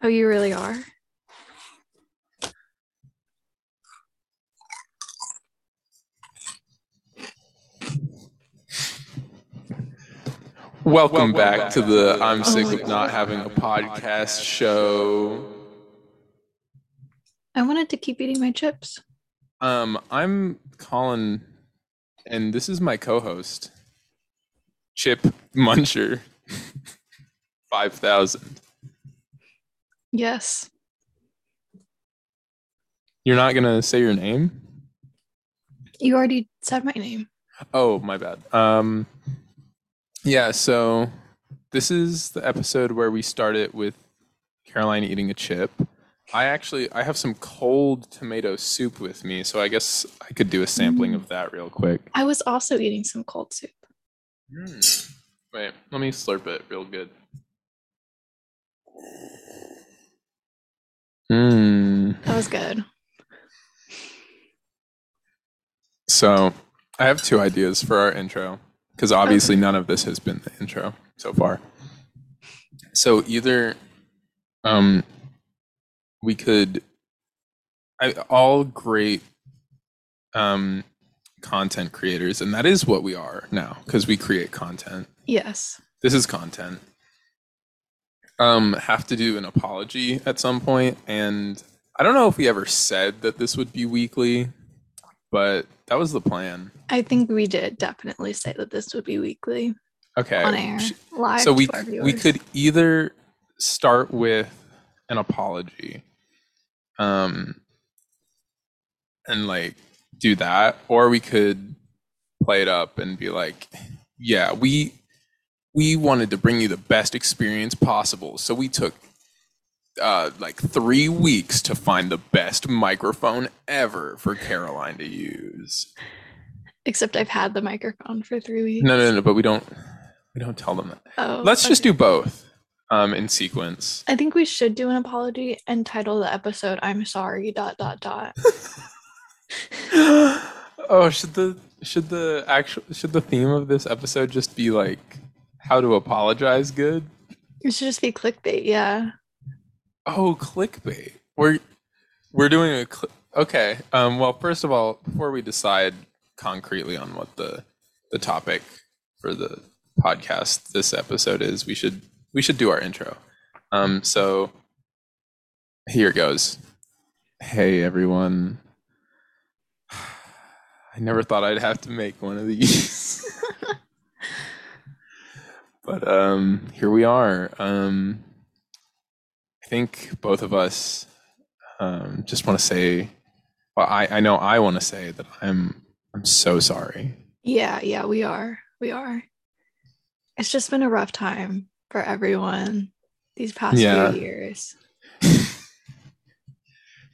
Oh, you really are? Welcome back to the I'm Sick of Not Having a Podcast show. I wanted to keep eating my chips. Um, I'm Colin, and this is my co host, Chip Muncher 5000. Yes. You're not going to say your name? You already said my name. Oh, my bad. Um, yeah, so this is the episode where we start it with Caroline eating a chip. I actually I have some cold tomato soup with me, so I guess I could do a sampling of that real quick. I was also eating some cold soup. Wait, let me slurp it real good. Mmm. That was good. So I have two ideas for our intro because obviously none of this has been the intro so far. So either um, we could I, all great um, content creators, and that is what we are now because we create content. Yes. This is content. Um, have to do an apology at some point, and I don't know if we ever said that this would be weekly, but that was the plan. I think we did definitely say that this would be weekly Okay. on air, sh- live. so we to our c- we viewers. could either start with an apology um and like do that or we could play it up and be like yeah we we wanted to bring you the best experience possible so we took uh like 3 weeks to find the best microphone ever for Caroline to use Except I've had the microphone for three weeks. no no no but we don't we don't tell them that Oh, Let's just okay. do both um, in sequence. I think we should do an apology and title the episode "I'm sorry." Dot dot dot. oh, should the should the actual should the theme of this episode just be like how to apologize good? it should just be clickbait. Yeah. Oh, clickbait. We're we're doing a cl- okay. Um, well, first of all, before we decide concretely on what the the topic for the podcast this episode is, we should we should do our intro. Um, so here goes. Hey everyone. I never thought I'd have to make one of these. but um here we are. Um I think both of us um, just want to say, well, I, I know I want to say that I'm I'm so sorry. Yeah, yeah, we are. We are. It's just been a rough time for everyone these past Yeah. few years.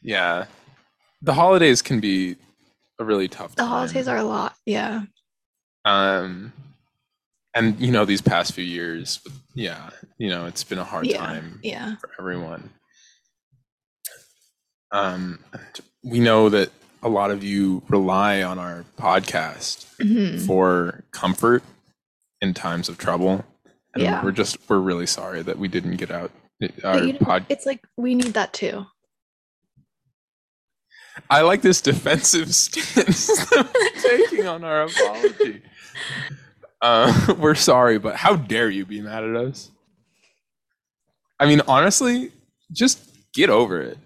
Yeah, the holidays can be a really tough. The time. holidays are a lot. Yeah. um, and you know these past few years, yeah, you know it's been a hard yeah. time Yeah. for everyone. Um, and we know that a lot of you rely on our podcast Mhm. for comfort in times of trouble. And Yeah. we're just we're really sorry that we didn't get out uh, But our you know, pod. it's like we need that too. I like this defensive stance that we're taking on our apology. Uh, we're sorry, but how dare you be mad at us? I mean, honestly, just get over it.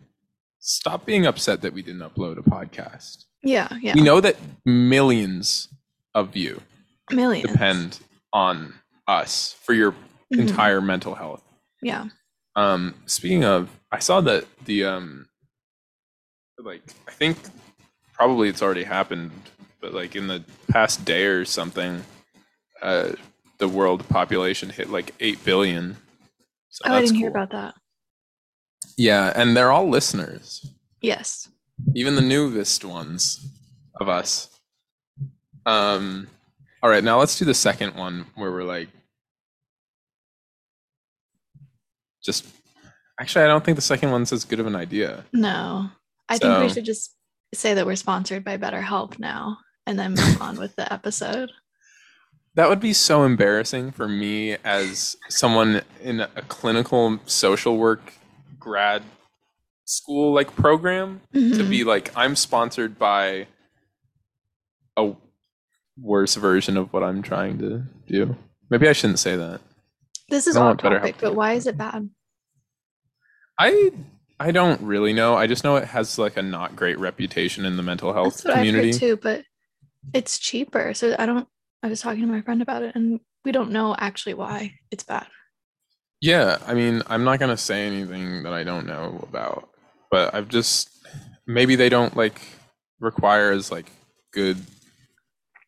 Stop being upset that we didn't upload a podcast. Yeah. Yeah. We know that millions of you Millions. depend on us for your Mhm. entire mental health. Yeah. Um, speaking of, I saw that the um, like I think probably it's already happened, but like in the past day or something, uh, the world population hit like eight billion. So Oh, I that's didn't hear cool. about that. Yeah, and they're all listeners, Yes. even the newest ones of us. Um, all right, now let's do the second one where we're like, just actually, I don't think the second one's as good of an idea. No. I think we So- should just say that we're sponsored by BetterHelp now and then move on with the episode. That would be so embarrassing for me as someone in a clinical social work grad school like program Mm-hmm. to be like I'm sponsored by a worse version of what I'm trying to do. Maybe I shouldn't say that. This is No, off it better topic, help but you. why is it bad? I I don't really know. I just know it has like a not great reputation in the mental health That's what community. I've heard too, but it's cheaper. So I don't. I was talking to my friend about it, and we don't know actually why it's bad. Yeah, I mean, I'm not gonna say anything that I don't know about, but I've just maybe they don't like require as like good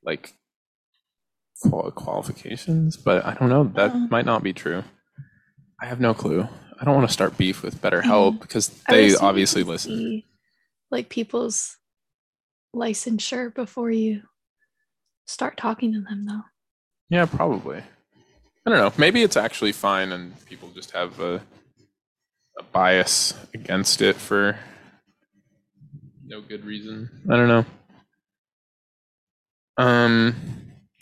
like qual- qualifications, but I don't know. That Uh-uh. might not be true. I have no clue. I don't want to start beef with BetterHelp because I would they assume you obviously can listen. see, like people's licensure before you start talking to them, though. Yeah, probably. I don't know. Maybe it's actually fine, and people just have a, a bias against it for no good reason. I don't know. Um.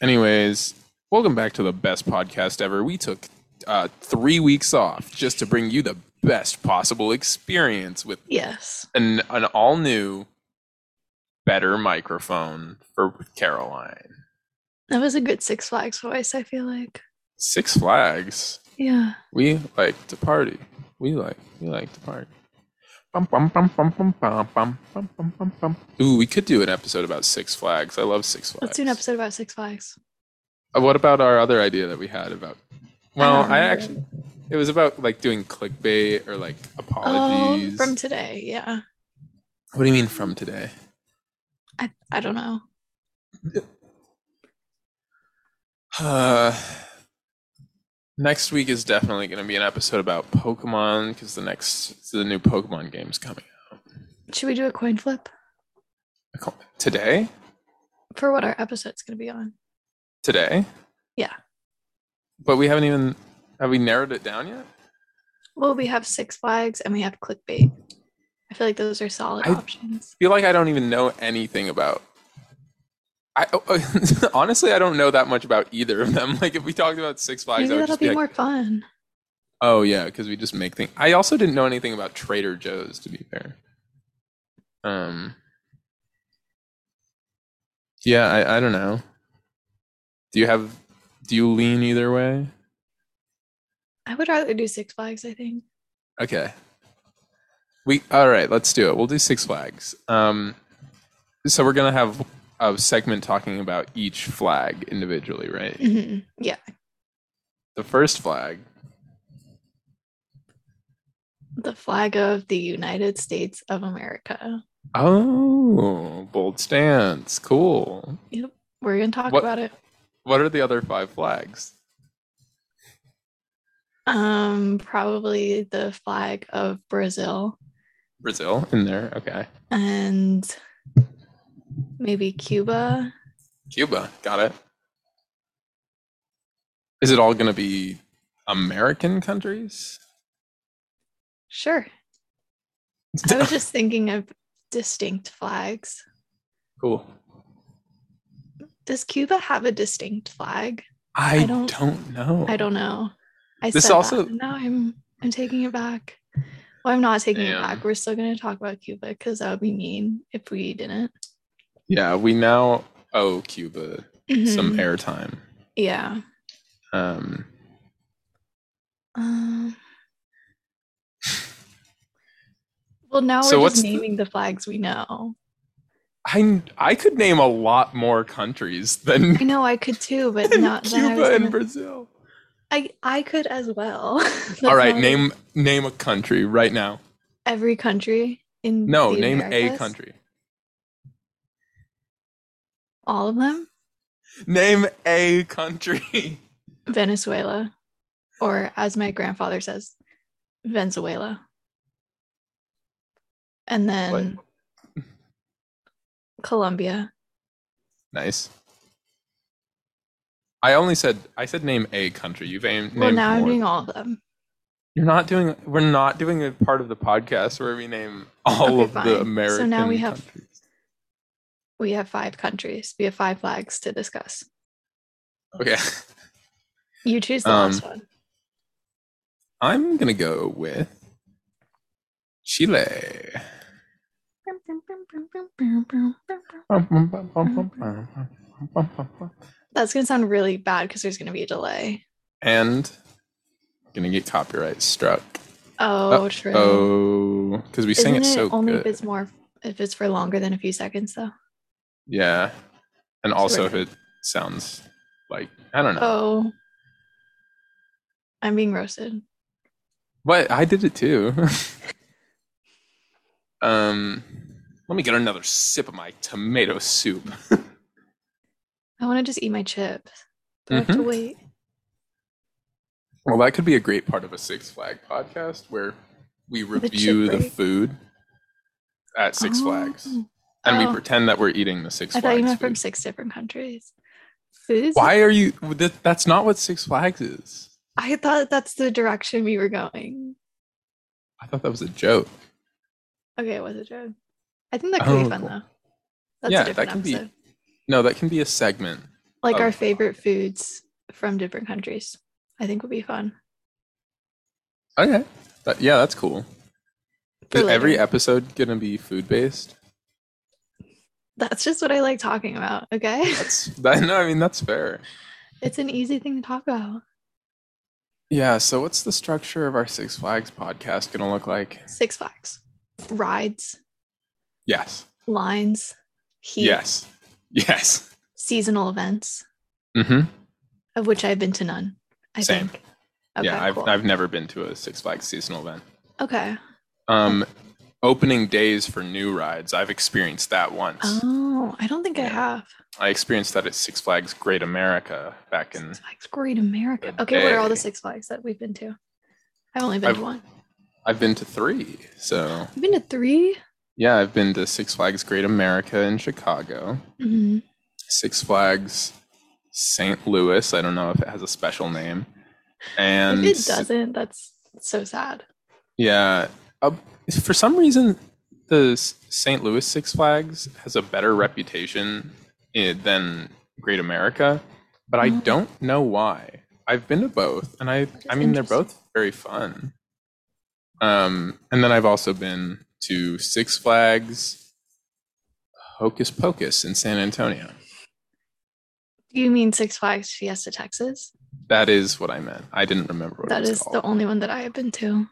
Anyways, welcome back to the best podcast ever. We took uh, three weeks off just to bring you the best possible experience with Yes, an an all new, better microphone for Caroline. that was a good Six Flags voice. I feel like, Six Flags. yeah, We like to party. We like we like to party. Bum, bum, bum, bum, bum, bum, bum, bum, bum, bum, bum. Ooh, we could do an episode about Six Flags. I love Six Flags. let's do an episode about Six Flags. Uh, What about our other idea that we had about? Well, don't I, remember. actually, it was about like doing clickbait or like apologies. Oh, from today, yeah. what do you mean from today? I I don't know. Uh, next week is definitely going to be an episode about Pokemon because the next the new Pokemon game's coming Should we do a coin flip out today. for what our episode's going to be on? Today? Yeah. But we haven't even have we narrowed it down yet? Well, we have Six Flags and we have clickbait. I feel like those are solid I- options. feel like I don't even know anything about I oh, honestly I don't know that much about either of them. Like if we talked about Six Flags, Maybe I would that'll just be be like, more fun. "Oh yeah, cuz we just make things." I also didn't know anything about Trader Joe's to be fair. Um Yeah, I I don't know. Do you have do you lean either way? I would rather do Six Flags. I think. Okay. We all right. Let's do it. We'll do Six Flags. Um, so we're gonna have a segment talking about each flag individually, right? hmm Yeah, The first flag. the flag of the United States of America. Oh, bold stance. Cool. We're going to talk What- about it. What are the other five flags? Um, probably the flag of Brazil Brazil in there. Okay. and maybe Cuba. Cuba. Got it. Is it all gonna be American countries? Sure. I was just thinking of distinct flags. Cool. Does Cuba have a distinct flag? I, I don't- don't, know. I don't know. I This said that, also- and now I'm I'm taking it back. Well, I'm not taking it Damn. back. We're still going to talk about Cuba because that would be mean if we didn't. Yeah, we now owe Cuba some Mhm. airtime. yeah. Um, Um, well, now So we're what's just the- naming the flags we know. I I could name a lot more countries than, I know I could too, but than not then I was Cuba and gonna- Brazil. I I could as well. That's All right, not name name a country right now. every country in No, the name a Americas. country. All of them, Name a country. Venezuela, or as my grandfather says, Venezuela, and then Colombia. nice. I only said I said name a country. You've aimed. Well, named now I'm more. doing all of them. You're not doing. We're not doing a part of the podcast where we name all Okay, of fine. the So now American. we have- countries. We have five countries. We have five flags to discuss. Okay, You choose the Um, last one. I'm gonna go with Chile. That's going to sound really bad because there's going to be a delay. And gonna get copyright struck. Oh, true. Oh, because we Isn't sing it so only good. if it's more if it's for longer than a few seconds though? Yeah, and also if Sort it sounds like I don't know. Oh, I'm being roasted. But I did it too. um, let me get another sip of my tomato soup. I want to just eat my chips. Do I Mm-hmm. have to wait? Well, that could be a great part of a Six Flag podcast where we chip review the, break. food at Six Flags Oh. and we Oh. pretend that we're eating the Six I Flags. thought you meant food. from six different countries. Foods? Why are you? That, that's not what Six Flags is. I thought that's the direction we were going. I thought that was a joke. Okay, it was a joke. I think that could Oh, be fun cool. though. That's Yeah, a different that can be- episode. No, that can be a segment. Like oh. our favorite foods from different countries. I think would be fun. Okay. That, yeah, that's cool. for Is every later. episode gonna be food based? That's just what I like talking about. Okay. That's that, no, I mean that's fair. It's an easy thing to talk about. Yeah. So, what's the structure of our Six Flags podcast gonna look like? Six Flags, rides, Yes. lines, heat, Yes. Yes. seasonal events, Mm-hmm. of which I've been to none. I Same. think. Okay, yeah, I've cool. I've never been to a Six Flags seasonal event. okay. Um, opening days for new rides. I've experienced that once. Oh, I don't think I Yeah. have. I experienced that at Six Flags Great America back in. Six Flags, Great America. Good Okay, what are all the day. Six Flags that we've been to? I've only been I've- to one. I've been to three. So You've been to 3 yeah, I've been to Six Flags Great America in Chicago. Mm-hmm. Six Flags St. Louis. I don't know if it has a special name. And if it doesn't, that's so sad. yeah, uh, for some reason, the S- St. Louis Six Flags has a better reputation i- than Great America, but I Oh. don't know why. I've been to both, and I I is mean they're interesting. both very fun. Um, and then I've also been to Six Flags Hocus Pocus in San Antonio. You mean Six Flags Fiesta Texas? That is what I meant. I didn't remember what That it was is called. the only one that I have been to.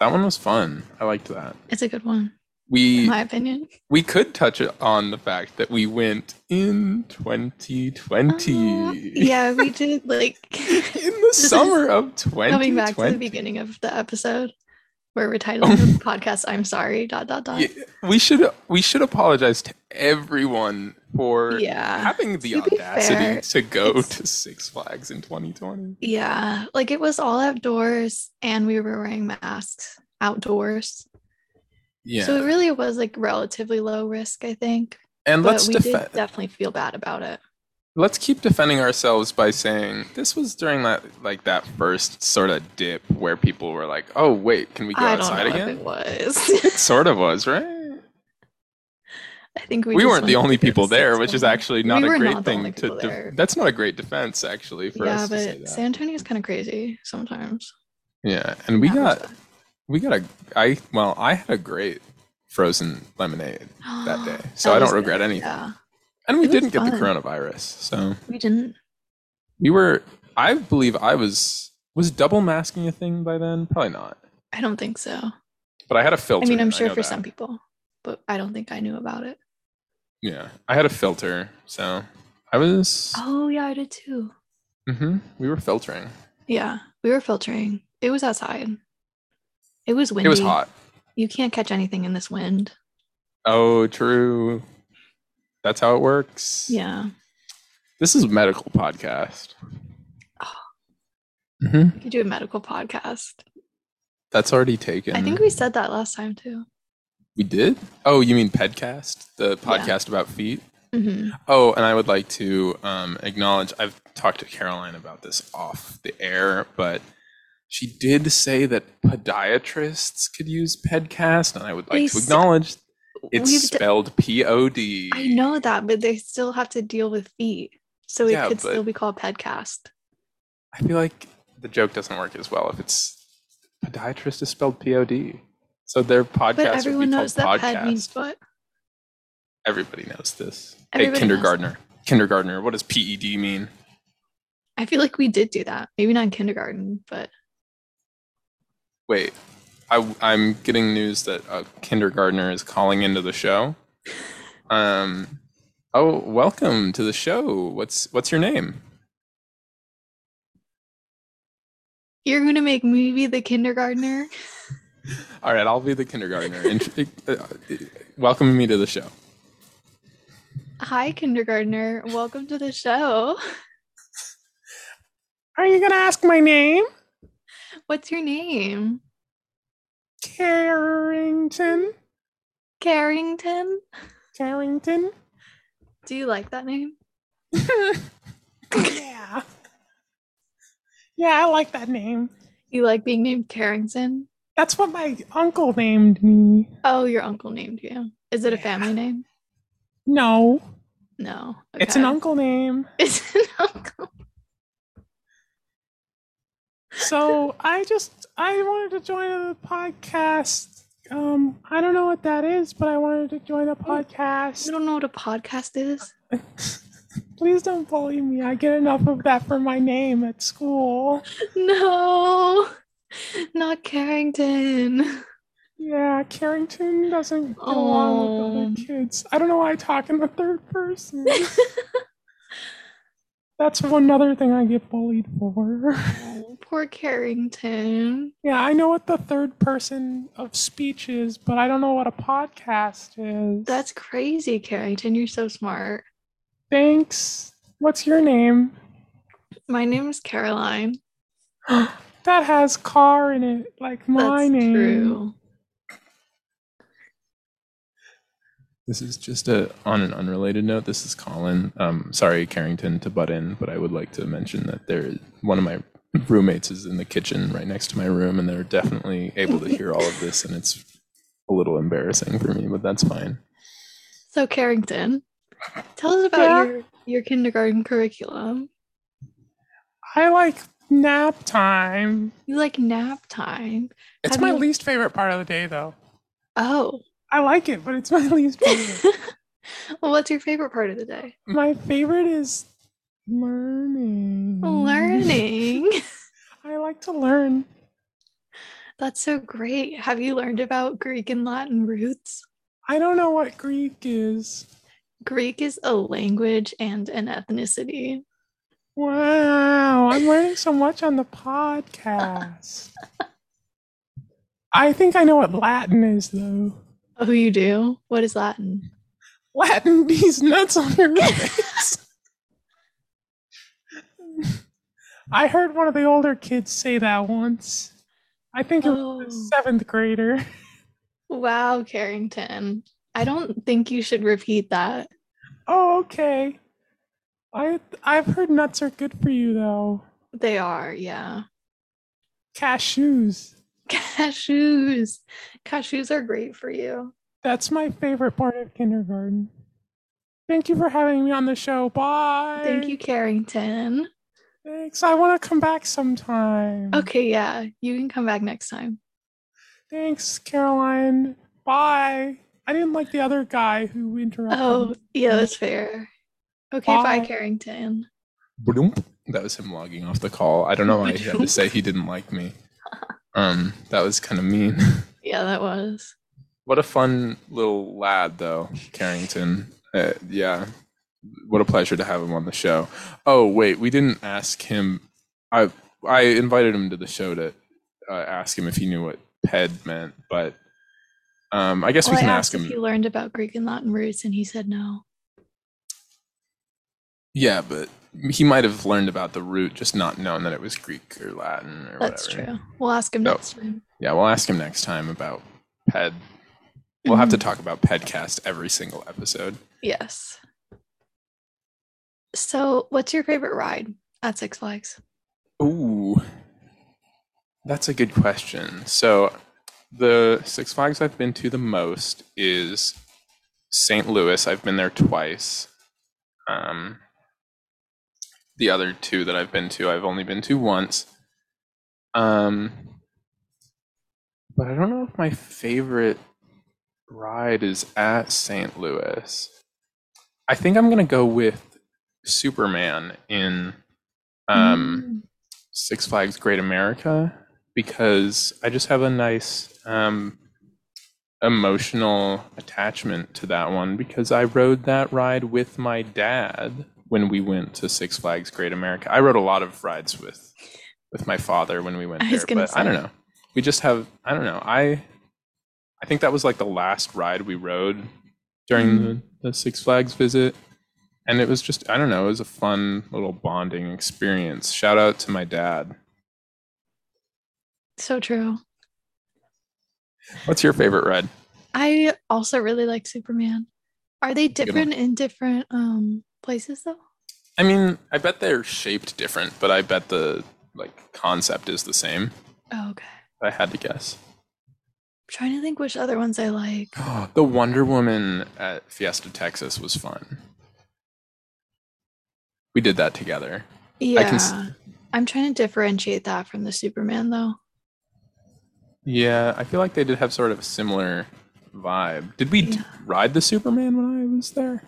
That one was fun. I liked that. It's a good one, in We my opinion. we could touch on the fact that we went in 2020. Oh, yeah, we did like In the is summer of 2020. coming back to the beginning of the episode where we're titling Oh. the podcast I'm sorry dot dot dot. Yeah, we should we should apologize to everyone for Yeah. having the To be audacity fair, to go it's- to Six Flags in 2020. Yeah, like it was all outdoors and we were wearing masks outdoors. Yeah. So it really was like relatively low risk, I think. and But let's we defend did definitely feel bad about it. let's keep defending ourselves by saying this was during that like that first sort of dip where people were like, "Oh wait, can we go I don't know outside again?" if it was. It sort of was, right? I think we We, just weren't the wanted only to give people six there, which to is one. actually not We a were great not the thing only to. people de- there. that's not a great defense, actually, for yeah, us to say but that. San Antonio's kind of crazy sometimes. yeah, and we That was got we got a I well I had a great frozen lemonade bad. that day, so That was I don't good. regret anything. Yeah, And we It was didn't get the fun. coronavirus, so we didn't. we were. I believe I was was double masking a thing by then. Probably not, I don't think so. but I had a filter. I mean, I'm know sure for that. some people, but I don't think I knew about it. Yeah, I had a filter, so I was. Oh, yeah, I did too. hmm we were filtering. Yeah, we were filtering. It was outside. It was windy. It was hot. You can't catch anything in this wind. Oh, true. That's how it works. Yeah. This is a medical podcast. Oh. Mm-hmm. Mhm. We could do a medical podcast. That's already taken. I think we said that last time too. we did. Oh, you mean Pedcast, the podcast about feet? hmm Oh, and I would like to um, acknowledge I've talked to Caroline about this off the air, but she did say that podiatrists could use Pedcast, and I would like They to s- acknowledge it's We've d- spelled P O D. I know that, but they still have to deal with feet. So it Yeah, could but- still be called pedcast. I feel like the joke doesn't work as well if it's podiatrist is spelled P O D. So their But podcast would everyone be knows that called pad podcast. means foot. Everybody knows this. Everybody knows hey, kindergartner. Kindergartner. What does PED mean? I feel like we did do that. Maybe not in kindergarten, but Wait, I, I'm getting news that a kindergartner is calling into the show. Um, oh, welcome to the show. What's what's your name? you're gonna make me be the kindergartner. All right, I'll be the kindergartner. Int- uh, welcome me to the show. Hi, kindergartner. Welcome to the show. Are you gonna ask my name, What's your name? Carrington? Carrington. Carrington? Do you like that name? yeah. Yeah, I like that name. You like being named Carrington? That's what my uncle named me. Oh, your uncle named you. Is it a Yeah. family name? No, No. it's an Okay. uncle name. It's an uncle. So I just I wanted to join the podcast. Um, I don't know what that is, but I wanted to join the You podcast. don't know what a podcast is? Please don't bully me. I get enough of that for my name at school. No. Not Carrington. Yeah, Carrington doesn't get along Aw. with other kids. I don't know why I talk in the third person. That's one other thing I get bullied for. Oh, poor Carrington. Yeah, I know what the third person of speech is, but I don't know what a podcast is. That's crazy, Carrington. You're so smart. Thanks. What's your name? My name is Caroline. That has car in it, like my That's name. true. This is just a on an unrelated note. This is Colin. Um, sorry, Carrington, to butt in, but I would like to mention that there is one of my roommates is in the kitchen right next to my room, and they're definitely able to hear all of this, and it's a little embarrassing for me, but that's fine. So Carrington, tell us about Yeah? your your kindergarten curriculum. I like nap time. You like nap time. It's Have my you- least favorite part of the day, though. Oh. I like it, but it's my least favorite. well, what's your favorite part of the day? my favorite is learning. Learning. I like to learn. That's so great. Have you learned about Greek and Latin roots? I don't know what Greek is. Greek is a language and an ethnicity. Wow, I'm learning so much on the podcast. I think I know what Latin is, though. Oh, you do? What is Latin? Latin these nuts on your face. I heard one of the older kids say that once. I think it Oh, was a seventh grader. wow, Carrington. I don't think you should repeat that. Oh, okay. I I've heard nuts are good for you though. They are, yeah. Cashews. Cashews. Cashews are great for you. That's my favorite part of kindergarten. Thank you for having me on the show. Bye. Thank you, Carrington. Thanks. I want to come back sometime. Okay, yeah. You can come back next time. Thanks, Caroline. Bye. I didn't like the other guy who interrupted. Oh, yeah, that's fair. Okay, bye, Bye. Carrington. Bloomp. That was him logging off the call. I don't know why he had to say he didn't like me. Um, that was kind of mean. Yeah, that was. What a fun little lad, though, Carrington. Uh, yeah, what a pleasure to have him on the show. Oh wait, we didn't ask him. I I invited him to the show to uh, ask him if he knew what ped meant, but um, I guess Well, we Oh, I can asked ask if him. he learned about Greek and Latin roots, and he said no. yeah, but he might have learned about the root, just not known that it was Greek or Latin or That's whatever. true. We'll ask him No. next time. Yeah, we'll ask him next time about ped. We'll have to talk about pedcast every single episode. Yes. So, what's your favorite ride at Six Flags? Ooh, that's a good question. So, the Six Flags I've been to the most is St. Louis. I've been there twice. Um, the other two that I've been to, I've only been to once. Um, But I don't know if my favorite ride is at St. Louis. I think I'm gonna go with Superman in Mm. um, Six Flags Great America because I just have a nice um, emotional attachment to that one because I rode that ride with my dad when we went to Six Flags Great America. I rode a lot of rides with with my father when we went I there, was gonna but I don't say. know. We just have I don't know. I I think that was like the last ride we rode during Mm-hmm. the, the Six Flags visit and it was just I don't know, it was a fun little bonding experience. Shout out to my dad. so true. What's your favorite ride? I also really like Superman. Are they good one. different in different um places though? I mean, I bet they're shaped different, but I bet the like concept is the same. Oh, okay. if I had to guess. I'm trying to think which other ones I like. the Wonder Woman at Fiesta Texas was fun. We did that together. Yeah. can s- I'm trying to differentiate that from the Superman though. Yeah, I feel like they did have sort of a similar vibe. Did we d- Yeah. ride the Superman when I was there?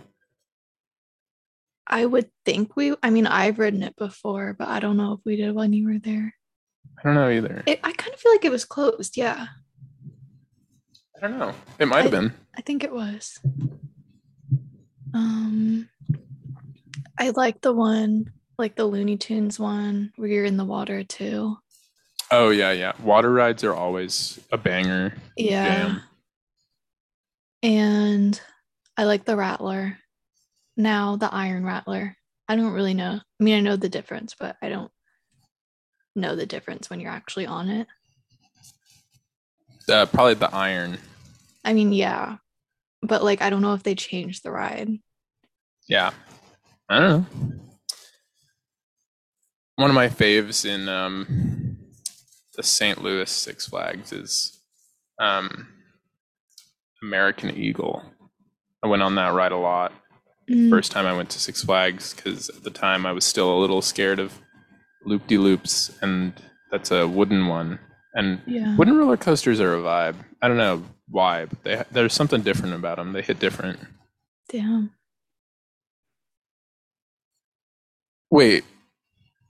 I would think we I mean I've ridden it before, but I don't know if we did when you were there. I don't know either. It, I kind of feel like it was closed. Yeah. I don't know. It might have I- been. I think it was. Um I like the one like the Looney Tunes one where you're in the water too. Oh yeah, yeah. Water rides are always a banger. Yeah. Jam. And I like the Rattler. Now the Iron Rattler. I don't really know. I mean, I know the difference, but I don't know the difference when you're actually on it. Uh, probably the iron. I mean, yeah. But like I don't know if they changed the ride. Yeah. I don't know. One of my faves in um, the St. Louis Six Flags is um, American Eagle. I went on that ride a lot. Mm, First time I went to Six Flags because at the time I was still a little scared of loop de loops, and that's a wooden one. And yeah. Wooden roller coasters are a vibe. I don't know why, but they there's something different about them. They hit different. Damn. Wait,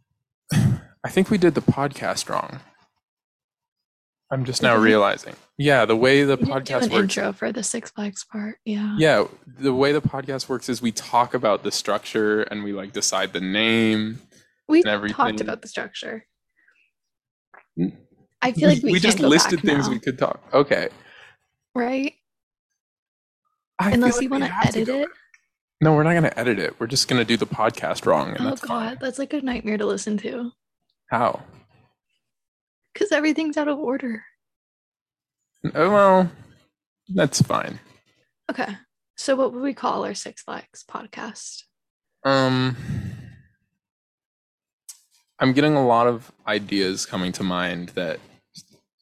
I think we did the podcast wrong. I'm just now Really? realizing. Yeah, the way the We didn't do podcast an works. intro for the Six Flags part. Yeah. Yeah, the way the podcast works is we talk about the structure and we like decide the name. We and everything. talked about the structure. Mm. I feel like we, can't just go listed back things now, we could talk. Okay. right? I feel Unless like you we want to have edit go- it. No, we're not going to edit it. We're just going to do the podcast wrong. And Oh that's god, fine. that's like a nightmare to listen to How? because everything's out of order. Oh, well, that's fine. Okay, so what would we call our Six Flags podcast? Um, I'm getting a lot of ideas coming to mind that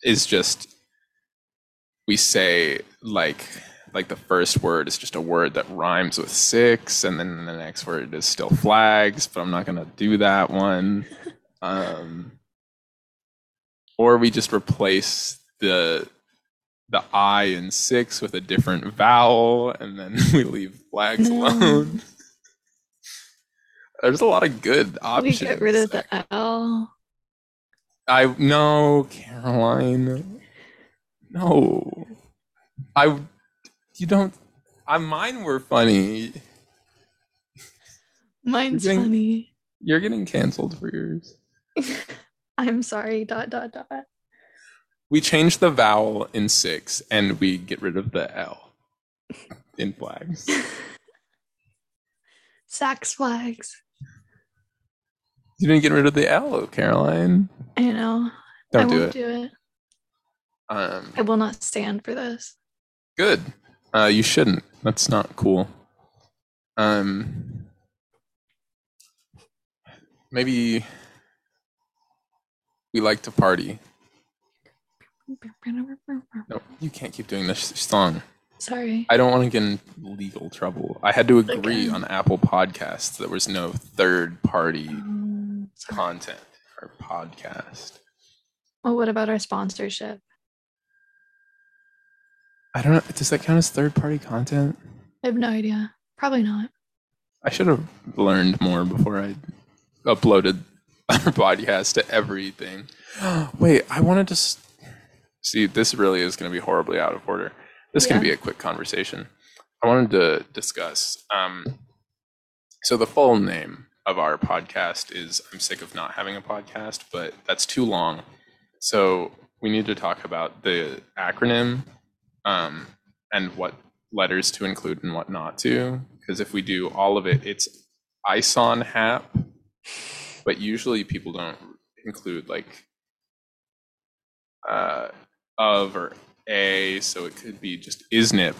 is just we say like like the first word is just a word that rhymes with six, and then the next word is still flags, but I'm not gonna do that one. Um, or we just replace the the I in six with a different vowel, and then we leave flags No. alone. There's a lot of good we options. get rid of the L. I no, Caroline. No, I. You don't. I mine were funny. Mine's getting- funny. You're getting canceled for yours. I'm sorry. Dot dot dot. We change the vowel in six, and we get rid of the L in flags. Sax flags. You didn't get rid of the L, Caroline. I know. I Don't do won't it. do it. Um, I will not stand for this. good. Uh, you shouldn't. That's not cool. Um, maybe we like to party. No, you can't keep doing this song. Sorry. I don't want to get in legal trouble. I had to agree Okay. on Apple Podcasts. There was no third party Um, sorry. content or podcast. Oh, Well, what about our sponsorship? I don't know. Does that count as third party content? I have no idea. Probably not. I should have learned more before I uploaded our podcast to everything. Wait, I wanted to s- see. This really is going to be horribly out of order. This Yeah. can be a quick conversation. I wanted to discuss. Um, so the full name of our podcast is "I'm sick of not having a podcast," but that's too long. So we need to talk about the acronym um, and what letters to include and what not to. Because if we do all of it, it's ISON HAP, but usually people don't include like uh, of or a, so it could be just ISNIP.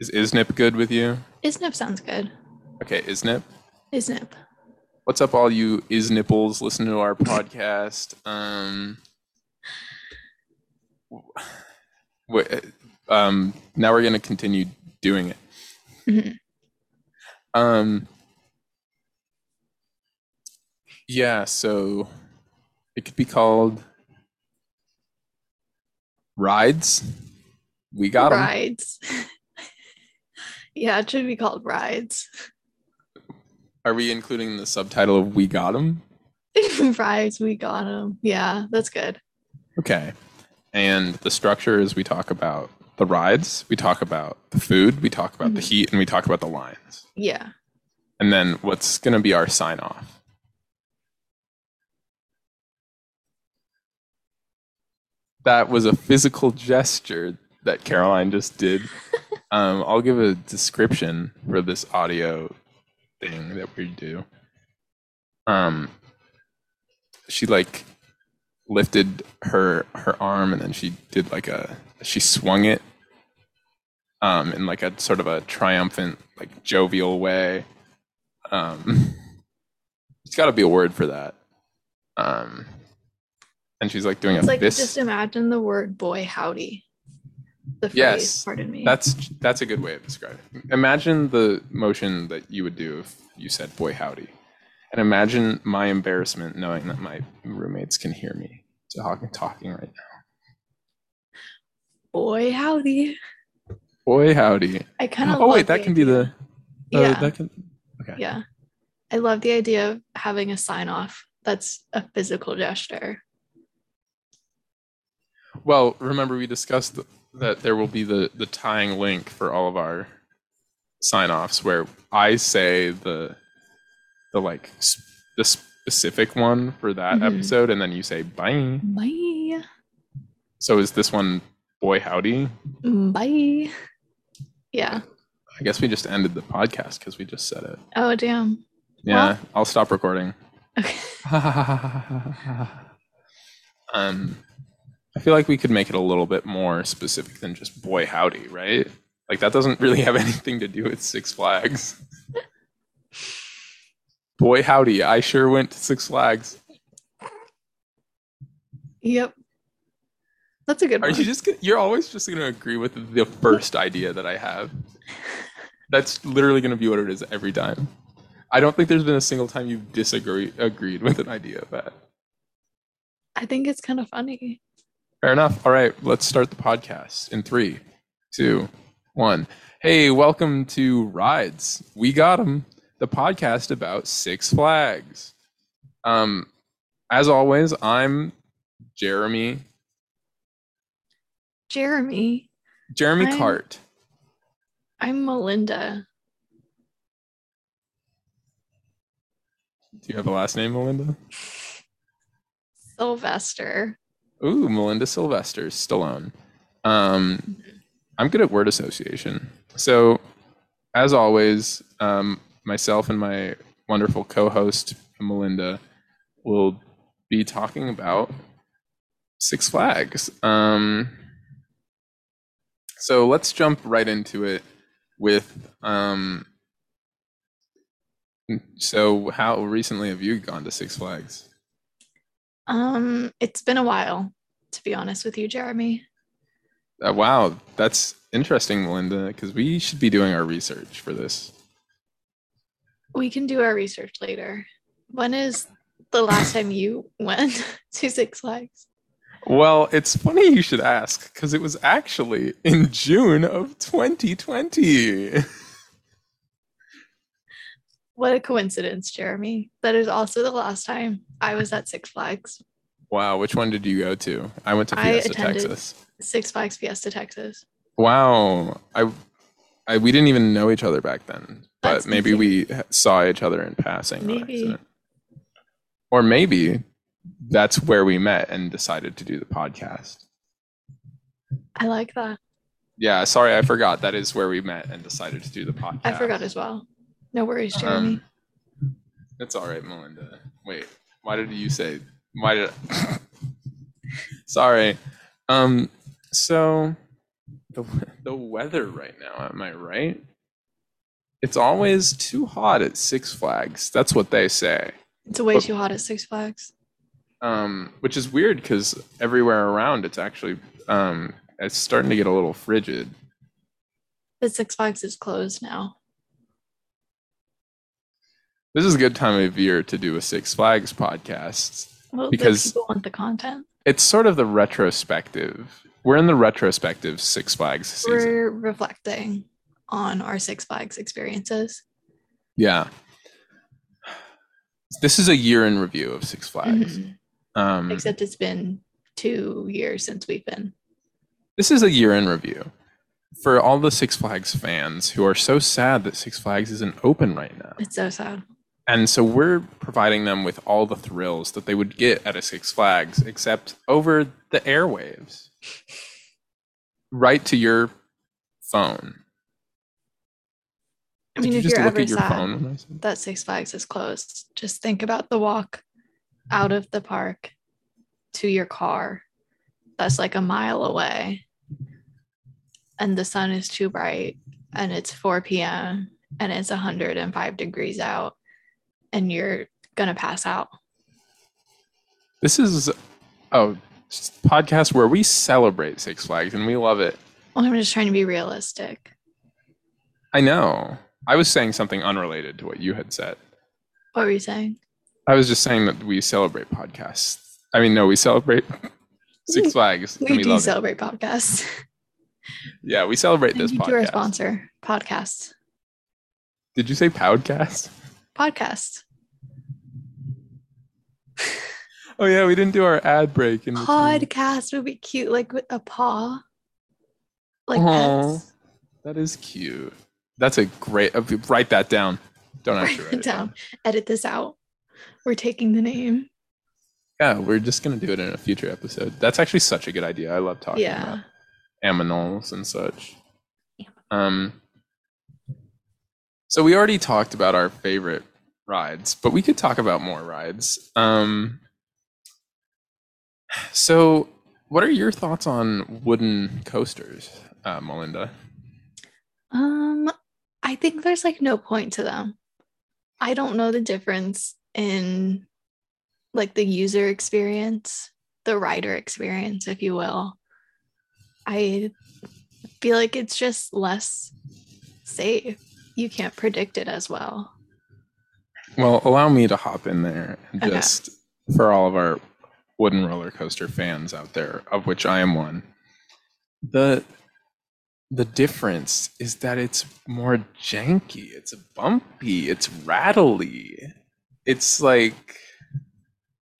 Is ISNIP good with you? Isnip sounds good. Okay, ISNIP. Isnip. What's up, all you ISNIPPLES listening to our podcast? Um, wait, um, now we're going to continue doing it. Mhm. Um, yeah, so it could be called rides. We got them. rides. yeah, it should be called rides. Are we including the subtitle of "We Got Them"? rides, we got them. Yeah, that's good. Okay. And the structure is we talk about the rides, we talk about the food, we talk about the Mhm. heat, and we talk about the lines. Yeah. And then what's going to be our sign off? That was a physical gesture that Caroline just did. um, I'll give a description for this audio thing that we do. Um, she like lifted her her arm and then she did like a she swung it um in like a sort of a triumphant like jovial way um it's got to be a word for that um and she's like doing It's a like fist just imagine the word boy howdy. The phrase, Yes, pardon me. that's that's a good way of describing it. Imagine the motion that you would do if you said boy howdy. And imagine my embarrassment knowing that my roommates can hear me talking talking right now. boy howdy. Boy howdy. I kind of Oh wait, that can be the uh, Yeah. that can Yeah. I love the idea of having a sign off that's a physical gesture. Well, remember we discussed th- that there will be the the tying link for all of our sign offs where I say the the like sp- the specific one for that Mhm. episode and then you say bye. Bye. So is this one boy howdy? Mm, Bye. Yeah. I guess we just ended the podcast because we just said it. Oh, damn. Yeah, I'll stop recording. Okay. um, I feel like we could make it a little bit more specific than just boy howdy, right? Like that doesn't really have anything to do with Six Flags. boy howdy, I sure went to Six Flags. Yep. That's a good Are one. you just gonna, you're always just going to agree with the first idea that I have? That's literally going to be what it is every time. I don't think there's been a single time you've disagree agreed with an idea of that. I think it's kind of funny. Fair enough. All right, let's start the podcast in three, two, one. Hey, welcome to Rides. We got 'em, the podcast about Six Flags. Um, as always, I'm Jeremy, Jeremy, Jeremy I'm- Cart. I'm Melinda. Do you have a last name, Melinda? Sylvester. Ooh, Melinda Sylvester Stallone. Um, I'm good at word association. So, as always, um, myself and my wonderful co host, Melinda, will be talking about Six Flags. Um, so, let's jump right into it with. Um, so, how recently have you gone to Six Flags? Um, it's been a while, to be honest with you, Jeremy. Uh, wow, that's interesting, Melinda, because we should be doing our research for this. We can do our research later. When is the last time you went to Six Flags? Well, it's funny you should ask because it was actually in June of 2020. What a coincidence, Jeremy. That is also the last time I was at Six Flags, Wow, which one did you go to? I went to I Fiesta, attended- Texas. Six Flags Fiesta, Texas. Wow, I, I we didn't even know each other back then, but That's maybe we saw each other in passing. on Maybe. accident. or maybe that's where we met and decided to do the podcast. I like that. Yeah, sorry, I forgot. That is where we met and decided to do the podcast. I forgot as well. No worries, Jeremy. Um, it's all right, Melinda. Wait, why did you say? Why did? I- Sorry. Um. So, the we- the weather right now. Am I right? It's always too hot at Six Flags. That's what they say. it's way but- too hot at Six Flags. Um, which is weird because everywhere around it's actually um it's starting to get a little frigid. The Six Flags is closed now. This is a good time of year to do a Six Flags podcast. Well, because Because- people want the content. It's sort of the retrospective. We're in the retrospective Six Flags season. We're reflecting on our Six Flags experiences. Yeah. This is a year in review of Six Flags. Mhm. Um, Except it's been two years since we've been. this is a year in review for all the Six Flags fans who are so sad that Six Flags isn't open right now. It's so sad. And so we're providing them with all the thrills that they would get at a Six Flags, except over the airwaves, right to your phone. I mean, Did you if just you're look ever at your sad phone? when I said- that Six Flags is closed, just think about the walk out of the park to your car. That's like a mile away. And the sun is too bright, and it's 4 p.m., and it's 105 degrees out, and you're going to pass out. This is oh, a podcast where we celebrate Six Flags and we love it. Well, I'm just trying to be realistic. I know. I was saying something unrelated to what you had said. What were you saying? I was just saying that we celebrate podcasts. I mean, no, we celebrate Six Flags. We, and we do love it. celebrate podcasts. Yeah, we celebrate this Thank you to our podcast. sponsor, podcasts. Did you say podcast? Podcasts. Oh yeah, we didn't do our ad break in between. podcast would be cute, like with a paw, like Aw. pets. That is cute. That's a great. uh, Write that down. Don't have to Write write it down. Edit this out. We're taking the name. Yeah, we're just gonna do it in a future episode. That's actually such a good idea. I love talking yeah, about aminals and such. Yeah. Um. So we already talked about our favorite rides, but we could talk about more rides. Um. So, what are your thoughts on wooden coasters, uh, Melinda? Um, I think there's like no point to them. I don't know the difference in like the user experience, the rider experience, if you will. I feel like it's just less safe. You can't predict it as well. Well, allow me to hop in there and Okay. just for all of our wooden roller coaster fans out there, of which I am one. The the difference is that it's more janky, it's bumpy, it's rattly. It's like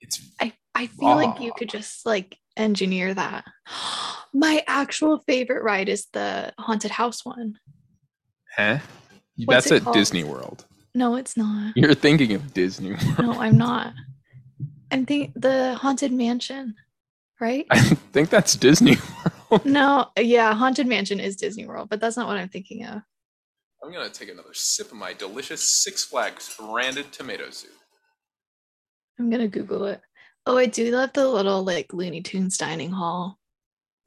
it's I I feel like you Wow. could just like engineer that. My actual favorite ride is the haunted house one. huh? What's eh? That's it at called? Disney World. No, it's not. You're thinking of Disney World. No, I'm not. I'm think the haunted mansion, right? I think that's Disney World. no, yeah, haunted mansion is Disney World, but that's not what I'm thinking of. I'm gonna take another sip of my delicious Six Flags branded tomato soup. I'm gonna Google it. Oh, I do love the little like Looney Tunes dining hall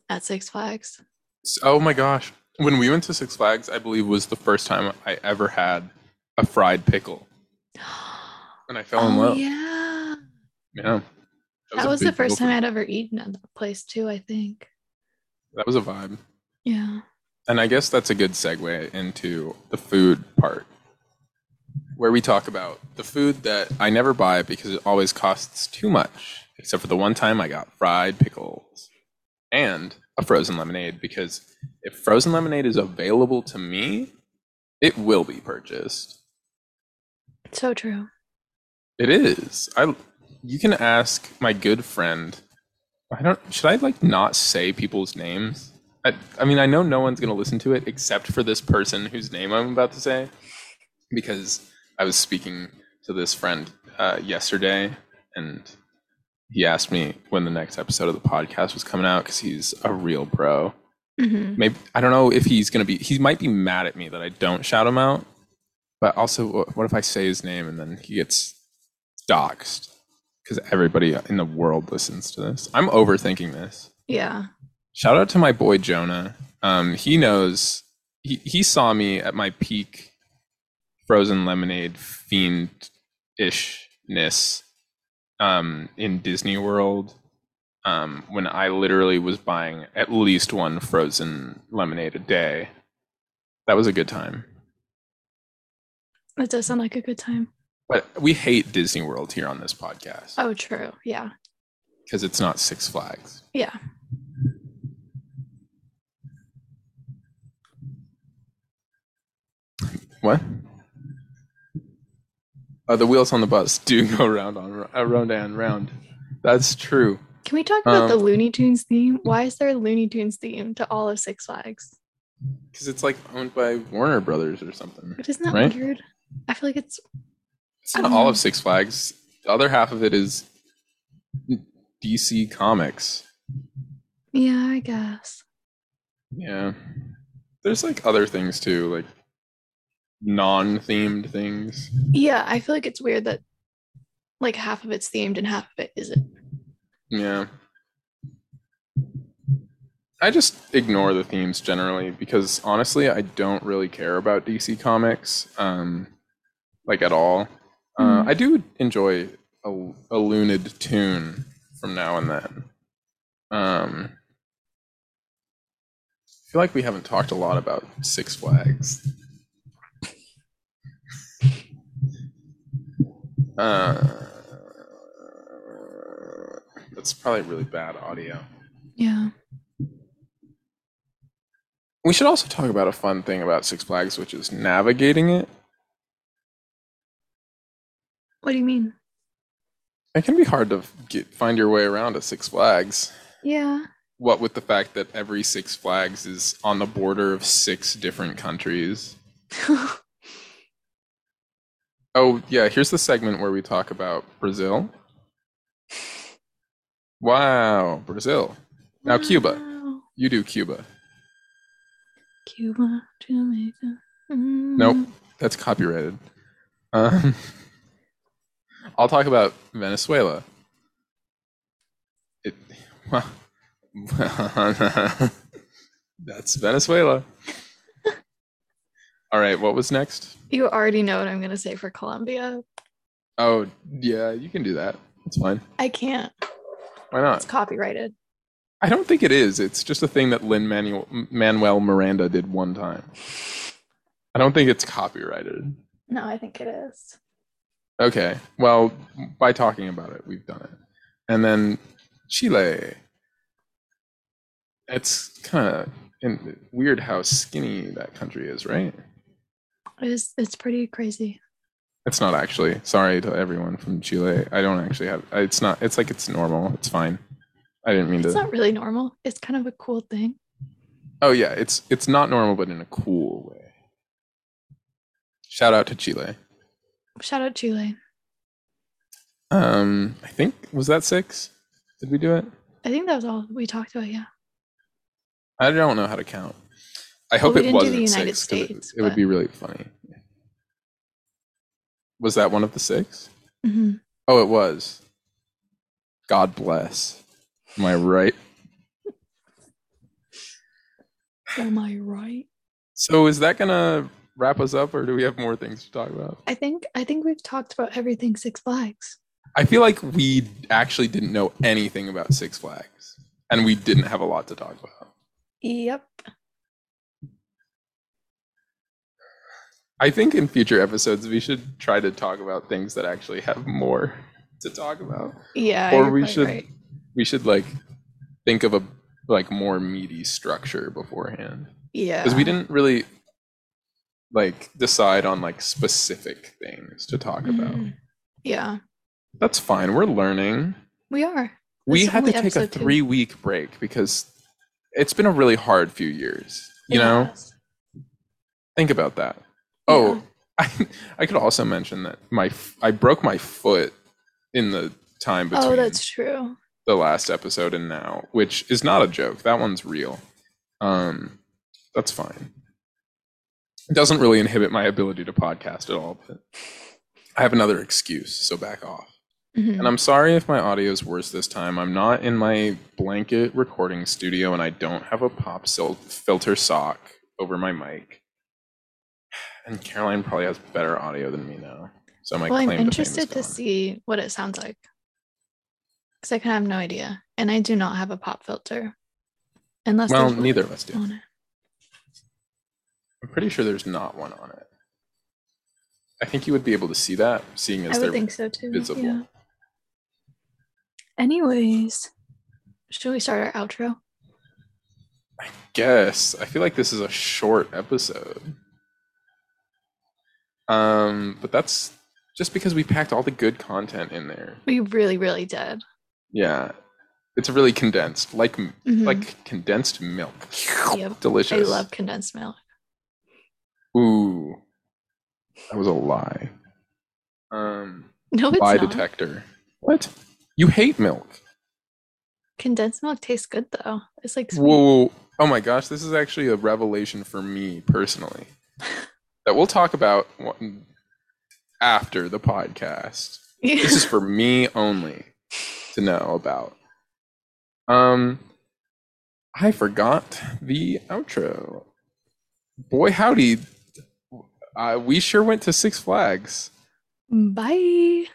at Six Flags. S- Oh my gosh. When we went to Six Flags, I believe was the first time I ever had a fried pickle and I fell in oh love. Yeah. yeah, That that a was the big deal first for time me. I'd ever eaten at that place too. I think. That was a vibe. Yeah. And I guess that's a good segue into the food part where we talk about the food that I never buy because it always costs too much except for the one time I got fried pickles and a frozen lemonade because if frozen lemonade is available to me, it will be purchased. So true. It is. I you can ask my good friend. I don't should I like not say people's names? I, I mean I know no one's going to listen to it except for this person whose name I'm about to say because I was speaking to this friend uh, yesterday and he asked me when the next episode of the podcast was coming out because he's a real bro. hmm Maybe I don't know if he's gonna be. He might be mad at me that I don't shout him out. But also, wh- what if I say his name and then he gets doxxed? Because everybody in the world listens to this. I'm overthinking this. Yeah. Shout out to my boy Jonah. Um, he knows. He he saw me at my peak, frozen lemonade fiend ishness, um, in Disney World. Um, when I literally was buying at least one frozen lemonade a day, that was a good time. That does sound like a good time. But we hate Disney World here on this podcast Oh, true. Yeah. because it's not Six Flags. Yeah. What? Uh, the wheels on the bus do go round on around and round. That's true. Can we talk about the Um, Looney Tunes theme? Why is there a Looney Tunes theme to all of Six Flags? Because it's like owned by Warner Brothers or something. But isn't that Right? weird? I feel like it's It's I not don't all know. of Six Flags. The other half of it is DC Comics. yeah, I guess. Yeah. There's like other things too, like non-themed things. Yeah, I feel like it's weird that like half of it's themed and half of it isn't. Yeah. I just ignore the themes generally because honestly, I don't really care about DC Comics, um, like at all. Uh, Mhm. I do enjoy a, a Lunid tune from now and then. Um, I feel like we haven't talked a lot about Six Flags. Uh, that's probably really bad audio. Yeah. We should also talk about a fun thing about Six Flags, which is navigating it. What do you mean? It can be hard to get find your way around a Six Flags. Yeah. What with the fact that every Six Flags is on the border of six different countries. Oh, yeah, here's the segment where we talk about Brazil. Wow, Brazil. Now, Cuba. Wow. You do Cuba. Cuba, Jamaica. Mm. Nope. That's copyrighted. Um, I'll talk about Venezuela. It, that's Venezuela. All right, what was next? You already know what I'm gonna say for Colombia. Oh, yeah, you can do that. That's fine. I can't. Why It's not? copyrighted. I don't think it is. It's just a thing that Lin Manuel Manuel Miranda did one time. I don't think it's copyrighted. No, I think it is. Okay. Well, by talking about it, we've done it. And then Chile. It's kind of weird how skinny that country is, right? It's it's pretty crazy. It's not actually. Sorry to everyone from Chile. I don't actually have. It's not. It's like it's normal. It's fine. I didn't mean It's to. not really normal. It's kind of a cool thing. oh yeah, it's it's not normal, but in a cool way. Shout out to Chile. Shout out Chile. Um, I think was that six. Did we do it? I think that was all we talked about. Yeah. I don't know how to count. I hope we it didn't do wasn't the United six, 'cause it- States, It, would but- be really funny. Was that one of the six? hmm Oh, it was. God bless. Am I right? Am I right? So is that gonna wrap us up, or do we have more things to talk about? I think I think we've talked about everything Six Flags. I feel like we actually didn't know anything about Six Flags, and we didn't have a lot to talk about. Yep. I think in future episodes we should try to talk about things that actually have more. to talk about. Yeah. Or you're we probably should- We should like think of a like more meaty structure beforehand Yeah. because we didn't really like decide on like specific things to talk about. Mhm. Yeah, That's fine. We're learning. we are. we That's had to only take a episode two. three week break because it's been a really hard few years. You know, Yes. think about that. Oh, Yeah. I, I could also mention that my f- I broke my foot in the time between Oh, that's true. the last episode and now, which is not a joke. That one's real. Um, that's fine. It doesn't really inhibit my ability to podcast at all, but I have another excuse, so back off. Mhm. And I'm sorry if my audio is worse this time. I'm not in my blanket recording studio and I don't have a pop sil- filter sock over my mic. And Caroline probably has better audio than me now. So my well, I'm claim to fame is interested to gone. see what it sounds like because I kind of have no idea, and I do not have a pop filter, unless Well, there's one neither of us do. on it. I'm pretty sure there's not one on it. I think you would be able to see that, seeing as I they're would think so too. visible. Yeah. Anyways, should we start our outro? guess. I feel like this is a short episode. Um, but that's just because we packed all the good content in there. We really, really did. Yeah, it's really condensed, like Mhm. like condensed milk. Yep. I Delicious. love condensed milk. Ooh, that was a lie. Um, No, it's lie not. detector. What? You hate milk? Condensed milk tastes good though. It's like sweet. Whoa! Oh my gosh, this is actually a revelation for me personally that we'll talk about one- after the podcast. this is for me only to know about. Um, I forgot the outro. Boy, howdy. Uh, we sure went to Six Flags. Bye.